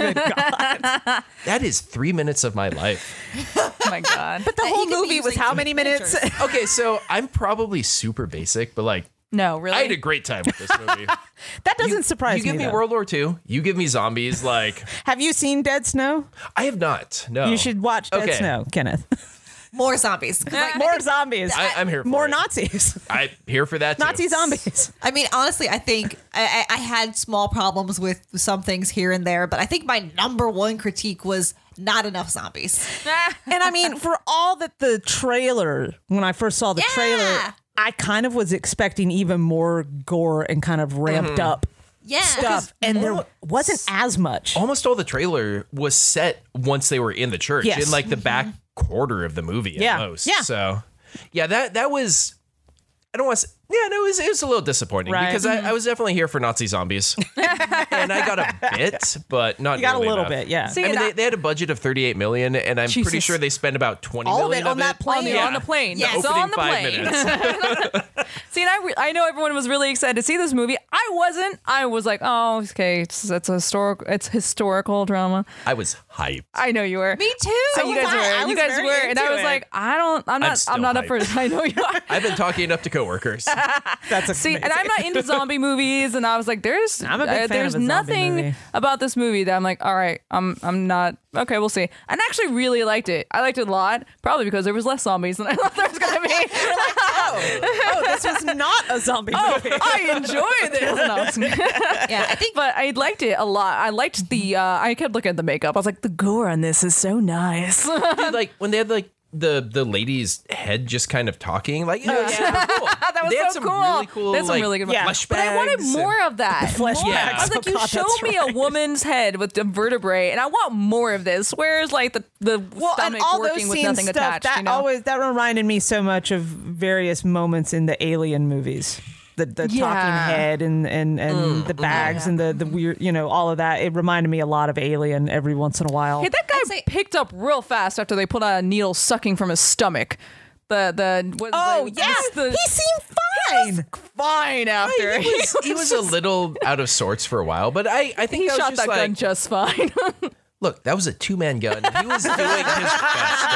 that is three minutes of my life.
Oh my god.
the
He
whole
could be
movie was
using
how
two
many minutes?
pictures.
Okay, so I'm probably super basic, but like
no, really.
I had a great time with this movie.
that doesn't surprise
you give me
though.
World War II, you give me zombies. Like
Have you seen Dead Snow?
I have not. No,
You should watch Dead
Oh. Okay.
Snow, Kenneth.
More zombies. 'Cause I-
More zombies.
I, I'm here. For
More
it.
Nazis.
I'm here for that. Too.
Nazi zombies.
I mean, honestly, I think I, I I had small problems with some things here and there, but I think my number one critique was not enough zombies.
and I mean, for all that the trailer, when I first saw the
Yeah.
trailer, I kind of was expecting even more gore and kind of ramped
Mm-hmm.
up
Yeah.
stuff, and there wasn't as much.
almost all the trailer was set once they were in the church
Yes. Mm-hmm.
in like the back quarter of the movie
Yeah.
at most.
Yeah.
So yeah, that that was I don't want to yeah, no, it was, it was a little disappointing
Right. Mm-hmm.
because I, I was definitely here for Nazi zombies. and I got a bit, but not
You got a
nearly
little
enough.
bit, yeah.
I
and
mean, they,
I-
they had a budget of 38 million, and I'm pretty
Jesus.
sure they spent about 20
All of
million
it on that plane.
on the,
Yeah.
on the plane.
The
Yes,
opening
on the
five
plane.
minutes.
See, and I, re- I know everyone was really excited to see this movie. I wasn't. I was like, oh, okay, it's, it's a historic, it's historical drama.
I was hyped.
I know you were.
Me too.
So you guys
I- I
were.
was
you guys
very
were, and I
into
was
it.
like, I don't. I'm not.
still
I'm, not up for
hyped.
this. I know you are.
I've been talking up to coworkers.
That's a
See, and I'm not into zombie movies, and I was like, "There's, uh,
I'm a big fan
there's
of a zombie
nothing
movie.
about this movie that I'm like, all right, I'm, I'm not okay. We'll see." And I actually really liked it. I liked it a lot, probably because there was less zombies than I thought there was gonna be.
oh, this was not a zombie movie.
I enjoyed this, No.
yeah, I think
but I liked it a lot. I liked the. Uh, I kept looking at the makeup. I was like, "The gore on this is so nice."
Dude, like when they had like the the lady's head just kind of talking, like yeah, it's super cool.
That was
they
so
had some
cool.
really cool,
They had some
like,
really good
Yeah.
flesh
But I wanted
bags and-
more of that.
flesh
More.
bags.
I was like,
Oh,
you
God,
show
that's
me a
right.
woman's head with the vertebrae, and I want more of this. Where's like the the stomach working with nothing attached?
that
you know?
always that reminded me so much of various moments in the Alien movies. The, the
Yeah.
talking head and and, and the bags and the, the weird you know all of that it reminded me a lot of Alien every once in a while.
hey, that guy
I'd say-
picked up real fast after they put out a needle sucking from his stomach. The the what,
oh
the,
yeah,
the,
he seemed fine.
fine after
he was, he was a little out of sorts for a while, but I, I think
he
I was
shot
just
that
like,
gun just fine.
look, that was a two man gun. He was doing his best.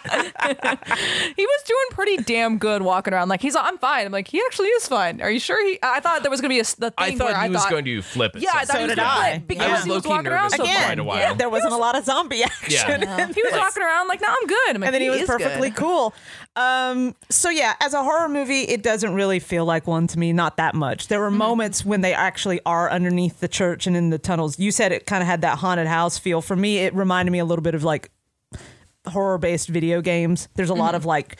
Okay,
he was doing pretty damn good walking around. Like he's, I'm fine. I'm like, he actually is fine. Are you sure? He? I thought there was gonna be a s- the
I
thing
thought
where
he
I
was
thought,
going to flip. It
Yeah, I
so
thought he was
did
gonna
I.
flip because
I was
he was
low-key
walking around
nervous
so
for
far.
quite a while.
yeah, there wasn't a lot of zombie
Yeah.
action. in
He was
this.
walking around like, no, I'm good. I'm like,
and then he, was
is
perfectly
good.
cool. Um, so yeah, as a horror movie, it doesn't really feel like one to me. Not that much. There were moments when they actually are underneath the church and in the tunnels. You said it kind of had that haunted house feel. For me, it reminded me a little bit of like horror based video games. There's a lot of like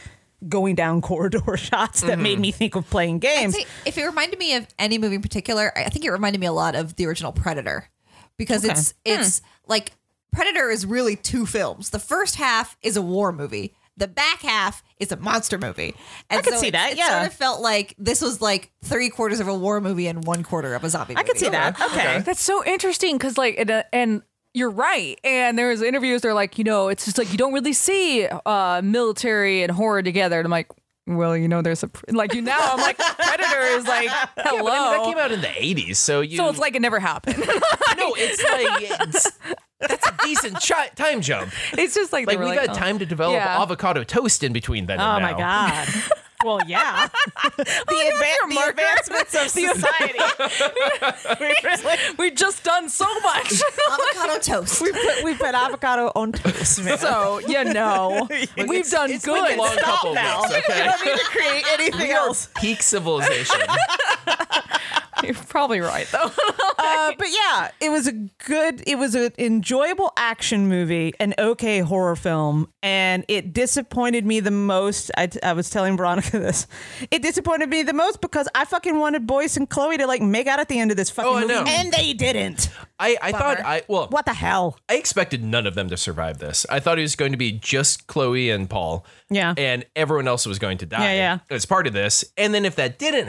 going down corridor shots that made me Mm-hmm. think of playing
I'd
games.
say if it reminded me of any movie in particular, I I think it reminded me a lot of the original Predator because it's
Hmm.
it's like Predator is really two films. The first half is a war movie. The back half is a monster movie. And
I could see
it-
that,
It
yeah.
sort of felt like this was like three quarters of a war movie and one quarter of a zombie.
I could see that. Okay.
That's so interesting because, like, and, uh, and you're right. And there was interviews. They're like, you know, it's just like you don't really see uh, military and horror together. And I'm like, well, you know, there's a pr- like you now. I'm like, Predator is like, hello.
But I mean, that came out in the '80s, so you.
Oh. so it's like it never happened.
no, it's like it's, that's a decent chi- time jump.
it's just like,
Like
they were
we've
like,
had
oh.
time to develop
Yeah.
avocado toast in between then.
Oh
and
my
now.
god. Well, yeah. the, advan- the
marker.
advancements of society. We really-
We've just done so much.
Avocado toast.
we put we put avocado on toast, man.
so you know, we've
It's-
done
it's been
good.
a long couple
now.
weeks. Okay,
need to create anything
we are peak civilization.
You're probably right though.
Uh, but yeah, it was a good, it was an enjoyable action movie, an okay horror film, and it disappointed me the most. I, I was telling Veronica this. It disappointed me the most because I fucking wanted Boyce and Chloe to like make out at the end of this fucking
Oh, I
movie,
know.
and they didn't.
I, I thought
Bummer.
I well
What the hell?
I expected none of them to survive this. I thought it was going to be just Chloe and Paul.
Yeah.
And everyone else was going to die.
Yeah, yeah.
As part of this. And then if that didn't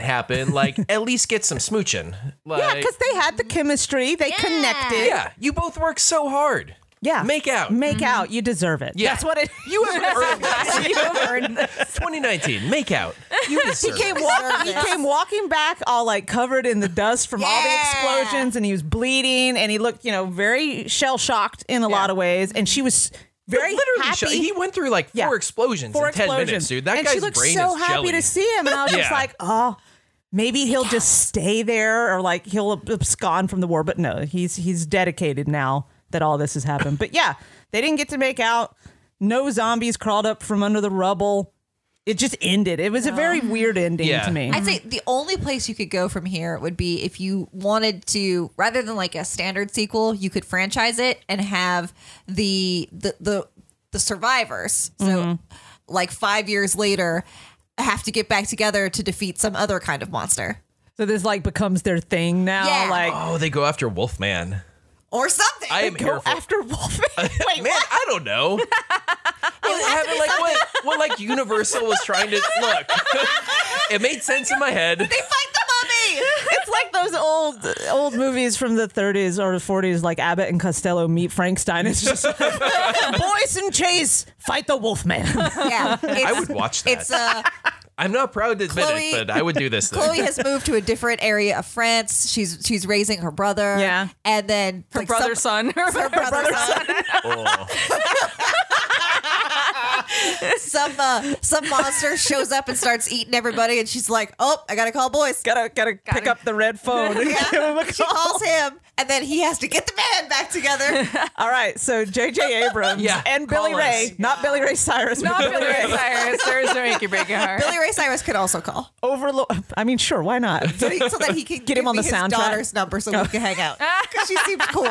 happen, like at least get some smooching. Like,
Yeah, because they had the chemistry. They connected.
Yeah, you both work so hard.
Yeah.
Make out.
Make out. You deserve it.
Yeah.
That's what it.
you have earned this.
you earned this.
2019. Make out. You deserve
He
it.
came, walk- he came walking back, all like covered in the dust from all the
Yeah.
explosions, and he was bleeding, and he looked, you know, very shell shocked in a lot of ways. And she was very
Literally,
happy.
sh- he went through like
Yeah.
four explosions
four
in 10
explosions,
minutes, dude. That
and
guy's
she looked
brain
so
is
happy
jelly.
to see him, and I was just
Yeah.
like, oh, maybe he'll just stay there, or like he'll ab- abscond from the war. But no, he's he's dedicated now that all this has happened. But yeah, they didn't get to make out. No zombies crawled up from under the rubble. It just ended. It was a very weird ending
Oh. Yeah.
to me.
I'd say the only place you could go from here would be if you wanted to, rather than like a standard sequel, you could franchise it and have the the the, the survivors. So, like five years later, have to get back together to defeat some other kind of monster
so this like becomes their thing now.
Yeah.
Like
Oh, they go after Wolfman.
or something.
I am here
go
for
after Wolfman. Wait,
Man, I don't know. Well, having like what, what like Universal was trying to look. it made sense in my head.
they fight the mummy.
it's like those old old movies from the 30s or the 40s, like Abbott and Costello meet Frankenstein. It's just like, boys in chase fight the Wolfman.
yeah, it's,
I would watch that.
It's uh,
I'm not proud to admit
Chloe-
it, but I would do this. Thing.
Chloe has moved to a different area of France. She's she's raising her brother.
Yeah.
and then
Her brother's son.
her brother's son.
Oh.
some uh, some monster shows up and starts eating everybody, and she's like, "Oh, I gotta call boys."
gotta gotta pick
it.
up the red phone. and give him a
She
call.
calls him, and then he has to get the band back together.
All right, so J.J. Abrams
Yeah,
and
call
Billy Ray,
us.
not Billy Ray Cyrus, but
Not
Billy
Billy Ray
Ray.
Cyrus. There's no make you break your heart.
Billy Ray Cyrus could also call,
Overlord. I mean, sure, why not?
so, he, so that he can
Get him
give
on
me
the
his
soundtrack.
daughter's number so we can hang out because she seems cool.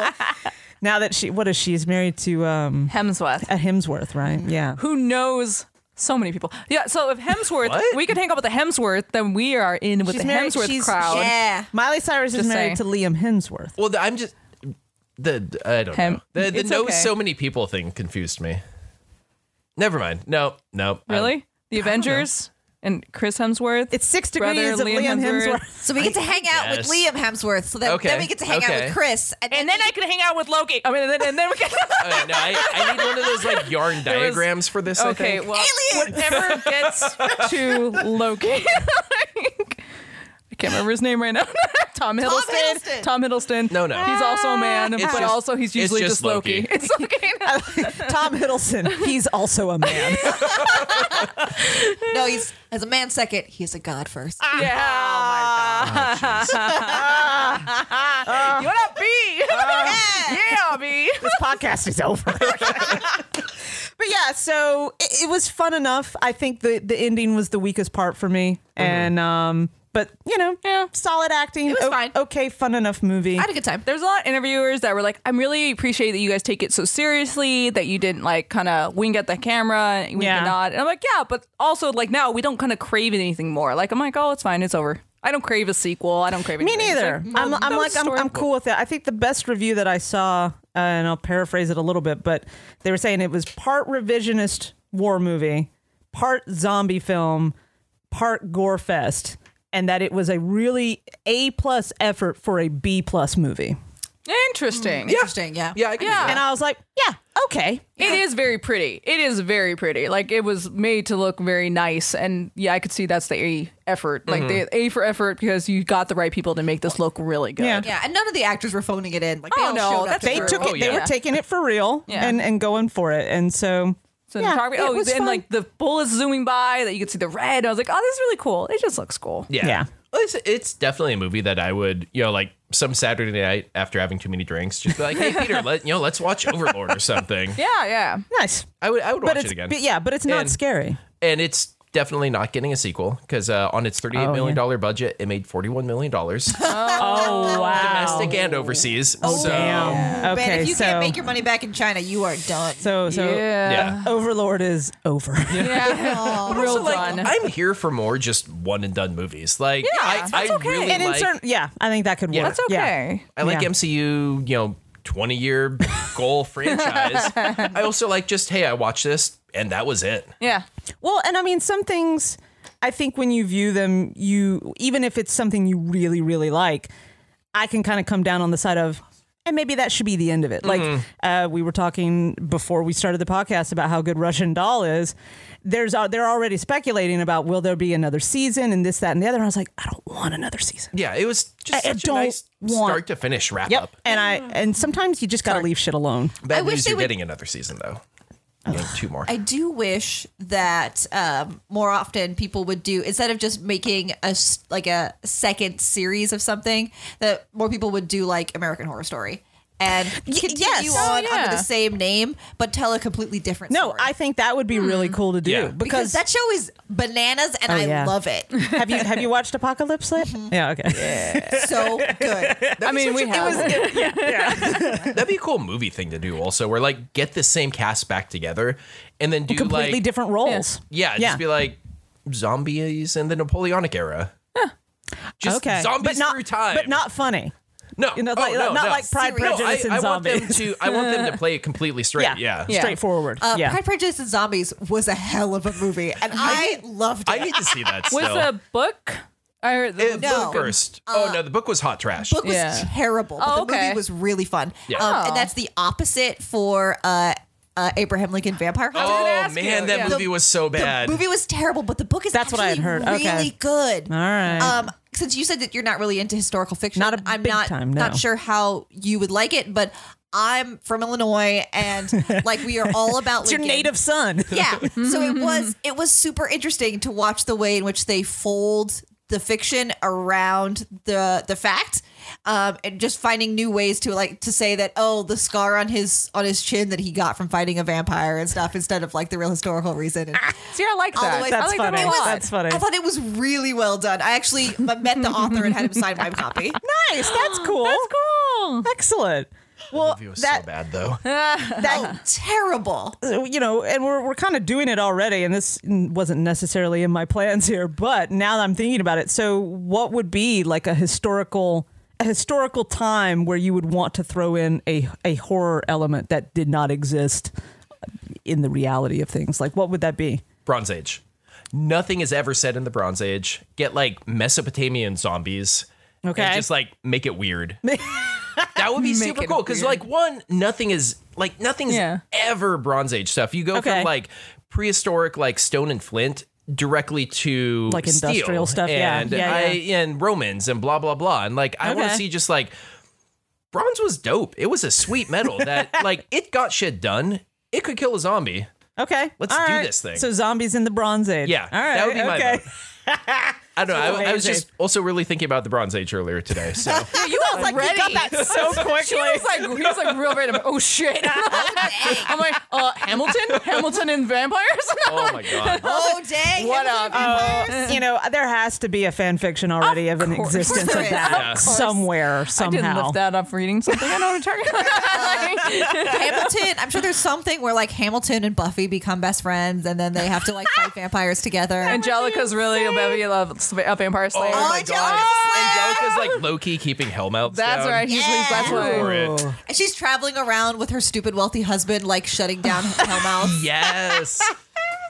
Now that she, what is she? Is married to um
Hemsworth.
at Hemsworth, right? Yeah.
Who knows so many people? Yeah. So if Hemsworth,
What?
we could hang out with the Hemsworth, then we are in with
She's
the
married-
Hemsworth
she's-
crowd.
Yeah,
Miley Cyrus is
Just
married
saying.
to Liam Hemsworth.
Well, I'm just the I don't
Hem-
know. The, the
It's
no
okay.
so many people thing confused me. Never mind. No, no. I don't-
Really? The Avengers and Chris Hemsworth.
It's six
Brother
degrees of
Liam
Liam
Hemsworth.
Hemsworth.
so we get to hang out with
guess.
Liam Hemsworth. So that,
Okay,
then we get to hang out
okay.
with Chris, and then,
and then I could hang out with Loki. I mean, and then, and then we could.
Uh, no, I, I need one of those like yarn
was-
diagrams for this. I
okay,
think.
well,
Aliens!
whatever gets to Loki. Like, I can't remember his name right now. Tom Hiddleston.
Hiddleston.
Tom Hiddleston.
No, no.
He's also a man, but
just-
also he's
it's
usually
just
just Loki.
Loki.
It's Loki.
Tom Hiddleston, he's also a man.
no, he's as a man second, he's a god first.
Ah. yeah. you wanna be? yeah, be.
this podcast is over. but yeah, so it, it was fun enough. I think the the ending was the weakest part for me, and um, but you know,
Mm-hmm. Yeah.
solid acting.
was
O-
fine.
Okay, fun enough movie.
I had a good time.
There's a lot of interviewers that were like, I'm really appreciate that you guys take it so seriously, that you didn't like kind of wing at the camera and wink
Yeah.
and nod. And I'm like, yeah, but also like now we don't kind of crave anything more. Like I'm like, oh, it's fine, it's over. I don't crave a sequel. I don't crave
Me
anything. It's
neither.
like,
I'm,
well,
I'm
that
like
was
I'm,
story.
I'm cool with it. I think the best review that I saw, uh, and I'll paraphrase it a little bit, but they were saying it was part revisionist war movie, part zombie film, part gore fest, and that it was a really A plus effort for a B plus movie.
Interesting.
Interesting, yeah.
yeah, I can do
Yeah.
that.
And I was like, Mm. yeah, okay.
It is very pretty. It is very pretty. Like it was made to look very nice, and yeah, I could see that's the A effort.
Mm-hmm.
Like the A for effort because you got the right people to make this look really good.
Yeah.
Yeah, and none of the actors were phoning it in. Like, they
Oh,
all
no,
showed up
that's
to
They
do
true.
it.
took it.
Oh,
They
yeah.
were taking it for real
Yeah.
and and going for it. And so,
So
yeah,
the photography,
it
oh,
was
and
fun.
like the bull is zooming by that you could see the red. I was like, oh, this is really cool. It just looks cool.
Yeah.
Yeah.
Well, It's, it's definitely a movie that I would, you know, like some Saturday night after having too many drinks, just be like, hey, Peter, let, you know, let's watch Overlord or something.
Yeah, yeah.
nice.
I would, I would
But
watch
it's
it again.
but yeah, but it's not
And-
scary.
And it's definitely not getting a sequel because uh, on its thirty-eight
Oh,
million dollar budget, it made $41 million
Oh wow.
domestic and overseas. so,
Oh.
Damn.
Man,
Um, Okay.
if you
so
can't make your money back in China, you are done.
so so
Yeah.
Overlord is over.
Yeah.
Also,
Real
like,
done.
I'm here for more just one and done movies. Like, I,
that's
I
okay.
really
and in
like,
certain, yeah, I think that could work.
Yeah.
That's
Yeah.
okay.
I like
yeah.
MCU, you know, 20 year goal franchise. I also like just, hey, I watched this and that was it.
Yeah.
Well, and I mean, some things I think when you view them, you even if it's something you really, really like, I can kind of come down on the side of, and maybe that should be the end of it. Like uh, we were talking before we started the podcast about how good Russian Doll is. There's uh, they're already speculating about will there be another season and this, that, and the other. And I was like, I don't want another season.
Yeah, it was just
I- I
such a
don't
nice
want-
start to finish wrap
Yep.
up.
And I and sometimes you just gotta leave shit alone.
Bad
I wish
news
they
you're
would-
getting another season though. You need two more.
I do wish that um, more often people would do instead of just making a s- like a second series of something that more people would do like American Horror Story and continue
yes.
on
Oh, yeah.
under the same name but tell a completely different
No,
story.
I think that would be really cool to do
Yeah.
because,
because that show is bananas and I
yeah.
love it
have you have you watched Apocalypse Lit? Mm-hmm. Yeah, okay.
so good.
I mean, we have.
That'd be a cool movie thing to do also where like get the same cast back together and then do
Completely
like
different roles.
Yeah, just be like zombies in the Napoleonic era. Just
okay.
zombies
but not,
through time.
But not funny.
no,
you know,
oh,
like-
no,
not
no.
like Pride,
No,
Prejudice,
I,
and
I want them
Zombies.
to. I want them to play it completely straight. Yeah.
Yeah.
Straightforward.
Uh,
yeah.
Pride Prejudice and Zombies was a hell of a movie and I loved it.
I need to see that.
Was
still.
the book? Or the
The
No.
book first.
Uh,
oh no, the book was hot trash.
book was
Yeah.
terrible, but
Oh,
the
okay.
movie was really fun.
Yeah.
Um,
Oh.
and that's the opposite for uh, uh, Abraham Lincoln Vampire Hunter.
gonna
oh
ask you,
man, that
yeah.
movie was so bad.
The movie was terrible, but the book is
That's what I had
actually
heard.
Really
Okay.
good. All
right.
Um, since you said that you're not really into historical fiction,
Not a
I'm
big
not
time, no.
not sure how you would like it, but I'm from Illinois, and like we are all about
it's your
Lincoln.
native son.
Yeah. So it was it was super interesting to watch the way in which they fold the fiction around the the fact. Um, and just finding new ways to like to say that oh the scar on his on his chin that he got from fighting a vampire and stuff instead of like the real historical reason. And
See, I like
All the
that.
way-
I
That's
like
funny.
that a lot.
That's funny.
I thought it was really well done. I actually m- met the author and had him sign my copy.
nice. That's cool.
That's cool.
Excellent. Well,
The movie was so
that,
bad though.
That terrible.
you know, and we're, we're kind of doing it already, and this wasn't necessarily in my plans here, but now that I'm thinking about it, so what would be like a historical a historical time where you would want to throw in a, a horror element that did not exist in the reality of things? Like, what would that be?
Bronze Age. Nothing is ever said in the Bronze Age. Get like Mesopotamian zombies.
Okay.
And just like make it weird. that would be super
it
cool. Because
weird.
like one, nothing is like nothing's
Yeah.
ever Bronze Age stuff. You go
Okay.
from like prehistoric like stone and flint directly to
Like
steel
industrial stuff, yeah.
And
Yeah,
I and Romans and blah blah blah. And like I want
Okay.
to see just like bronze was dope. It was a sweet metal that like it got shit done. It could kill a zombie.
Okay.
Let's
All
do
right.
this thing.
So, zombies in the Bronze Age.
Yeah,
All right.
that would be my
okay.
vote. I don't know. I, I was
amazing.
just also really thinking about the Bronze Age earlier today. So
You was like, ready.
got that so
She
quickly.
was like, he was like real ready. I'm like, Oh shit! I'm like, uh, Hamilton, Hamilton and vampires.
oh my god.
Oh dang!
What
Him
up?
with the vampires.
you know, there has to be a fan fiction already of, an
course.
existence
There
of
is.
that
Yeah. Of course.
somewhere,
I didn't
somehow.
lift that up reading something. I know what I'm talking about.
Hamilton. I'm sure there's something where like Hamilton and Buffy become best friends, and then they have to like fight vampires together.
Angelica's really a baby love a vampire slayer.
Oh my
Angelica
god.
Slayer!
Angelica's like Loki keeping Hellmouth.
that's
down.
right. He's
Yeah.
that's
For
why.
it.
And she's traveling around with her stupid wealthy husband, like shutting down Hellmouth.
Yes.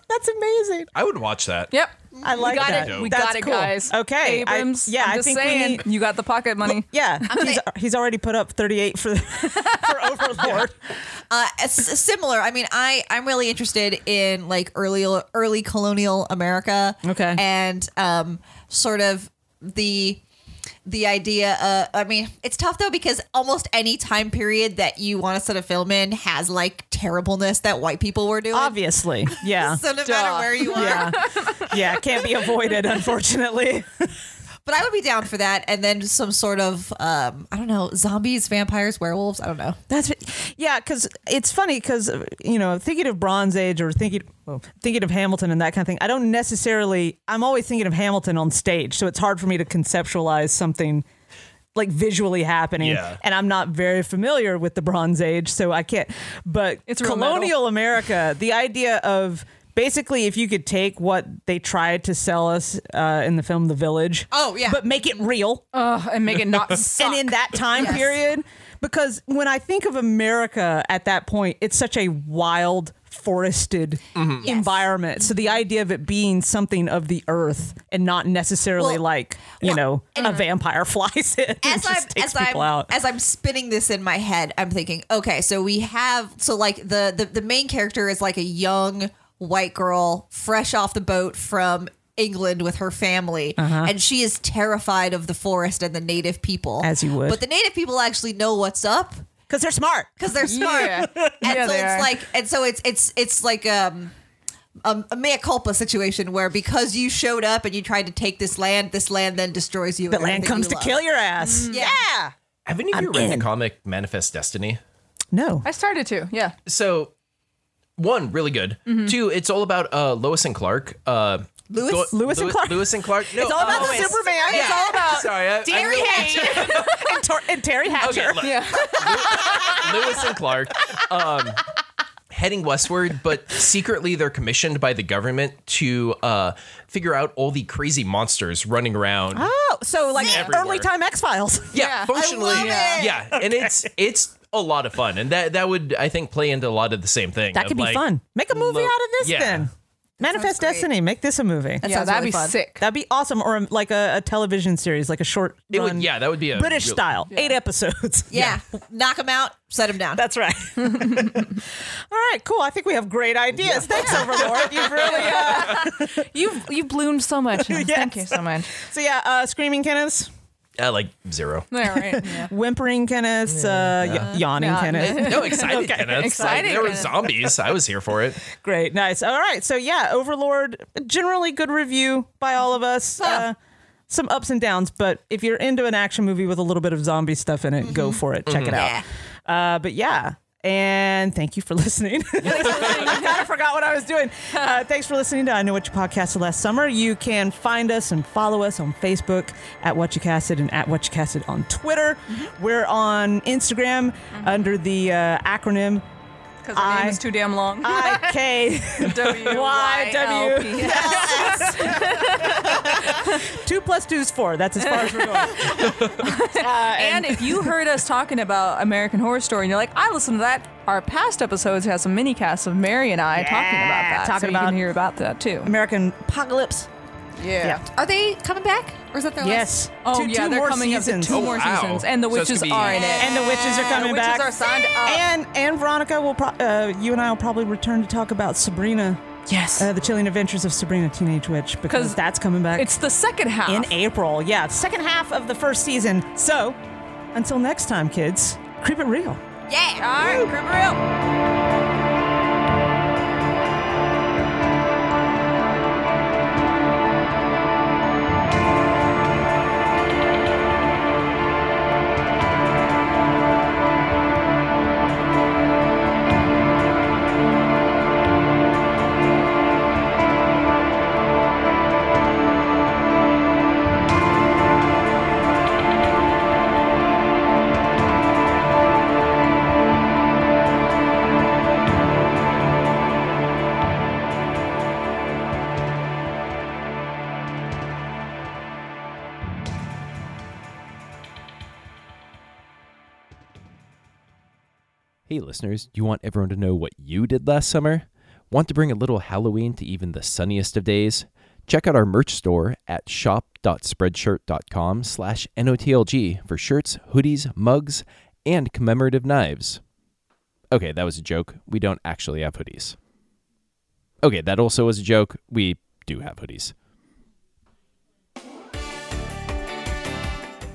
That's amazing.
I would watch that.
Yep.
I like
We got
that.
it. We
That's
got it,
cool.
guys.
Okay. I-
Abrams.
yeah,
I'm
I
just
think we
saying,
need-
you got the pocket money.
Yeah, he's,
gonna-
he's already put up 38 for for Overlord.
Uh, s- similar. I mean, I I'm really interested in like early early colonial America.
Okay.
and um, sort of the the idea. Uh, I mean, it's tough though because almost any time period that you want to set a film in has like terribleness that white people were doing.
Obviously. Yeah.
So no
Duh.
matter where you are.
yeah. Yeah, can't be avoided, unfortunately.
But I would be down for that, and then some sort of um, I don't know, zombies, vampires, werewolves. I don't know.
That's what- yeah, because it's funny because you know thinking of Bronze Age or thinking well, thinking of Hamilton and that kind of thing. I don't necessarily. I'm always thinking of Hamilton on stage, so it's hard for me to conceptualize something like visually happening.
Yeah.
And I'm not very familiar with the Bronze Age, so I can't. But
It's real metal.
colonial America, the idea of basically if you could take what they tried to sell us uh, in the film The Village.
Oh, yeah.
But make it real
Ugh, and make it not suck.
and in that time
Yes.
period because when I think of America at that point, it's such a wild forested
Yes.
environment. So the idea of it being something of the earth and not necessarily
Well,
like, you
well,
know,
and-
a vampire flies in and
as
just
I'm
takes
as I'm
people out.
as I'm spinning this in my head, I'm thinking, okay, so we have so like the the, the main character is like a young white girl fresh off the boat from England with her family,
Uh-huh.
and she is terrified of the forest and the native people,
As you would.
But the native people actually know what's up
Cuz they're smart.
because they're smart,
Yeah.
and
Yeah,
so
they
it's
are.
like, and so it's it's it's like um. Um, a mea culpa situation where because you showed up and you tried to take this land, this land then destroys you.
The
and
land
everything
comes
you
to
love.
kill your ass.
Mm-hmm. Yeah.
Have any of you
I'm
read
in.
the comic Manifest Destiny?
No.
I started to, yeah.
So, one really good. Two, it's all about uh, Lois and Clark. Uh,
Lewis?
Mm-hmm. Lewis and Clark?
Lewis and Clark. No,
It's all about
uh,
the
always-
Superman. It's all about
Sorry, I, I
Terry
really-
Hatcher. and, Tor- and Terry Hatcher.
Okay, look,
Yeah.
Lewis and Clark um, heading westward, but secretly they're commissioned by the government to uh, figure out all the crazy monsters running around.
Oh, so like
Everywhere.
early time X Files.
yeah,
yeah. I
functionally,
love it.
yeah, and it's it's a lot of fun, and that that would I think play into a lot of the same thing.
That
of
could be
like-
fun. Make a movie
lo-
out of this
yeah.
then. Manifest
great.
Destiny. Make this a movie.
That
yeah,
sounds
that'd
really
be
fun.
sick.
That'd be awesome, or um, like a, a television series, like a short
It
run,
would, yeah, that would be a
British
real-
style, eight episodes.
Yeah. Knock them out, set them down.
That's right. All right, cool. I think we have great ideas. Thanks, Overlord. You've really uh,
You've you bloomed so much. Hans. Thank you so much.
so yeah. Uh, screaming Kenneths,
Uh, like zero.
All right. Yeah.
whimpering Kenneths, uh, y- yawning
Yeah.
Kenneths.
No, excited. okay.
Excited,
Like, there were
Kenneth.
zombies. I was here for it.
Great, nice. All right, so yeah, Overlord. Generally good review by all of us. Uh, some ups and downs, but if you're into an action movie with a little bit of zombie stuff in it, go for it. Check it out.
Yeah.
Uh, but yeah. And thank you for listening. I kind of forgot what I was doing. Uh, thanks for listening to I Know What You Podcasted Last Summer. You can find us and follow us on Facebook at What You Casted and at What You Casted on Twitter. We're on Instagram under the uh, acronym
Because our
I-
name is too damn long.
IK.
W-Y-L-P.
two plus two is four. That's as far as we're going.
Uh, And if you heard us talking about American Horror Story and you're like, I listened to that, our past episodes has some mini casts of Mary and I talking about that.
talking
so you
about-
can hear about that too.
American Apocalypse.
Yeah.
Are they coming back? Or is that their
Yes.
Oh
Two-
yeah,
two
they're
more
coming
seasons.
up to two more
Oh, wow.
seasons, and the
So it's
witches
gonna be-
are in it.
and the witches are coming
the witches
back.
are signed up.
and and Veronica will pro- uh, you and I will probably return to talk about Sabrina,
yes,
uh, the chilling adventures of Sabrina Teenage Witch because
'Cause
that's coming back
it's the second half.
in April. Yeah, second half of the first season. So, until next time, kids, creep it real.
last? Yeah.
All right, Grim Real.
Hey, listeners, do you want everyone to know what you did last summer? Want to bring a little Halloween to even the sunniest of days? Check out our merch store at shop.spreadshirt.com slash NOTLG for shirts, hoodies, mugs, and commemorative knives. Okay, that was a joke. We don't actually have hoodies. Okay, that also was a joke. We do have hoodies.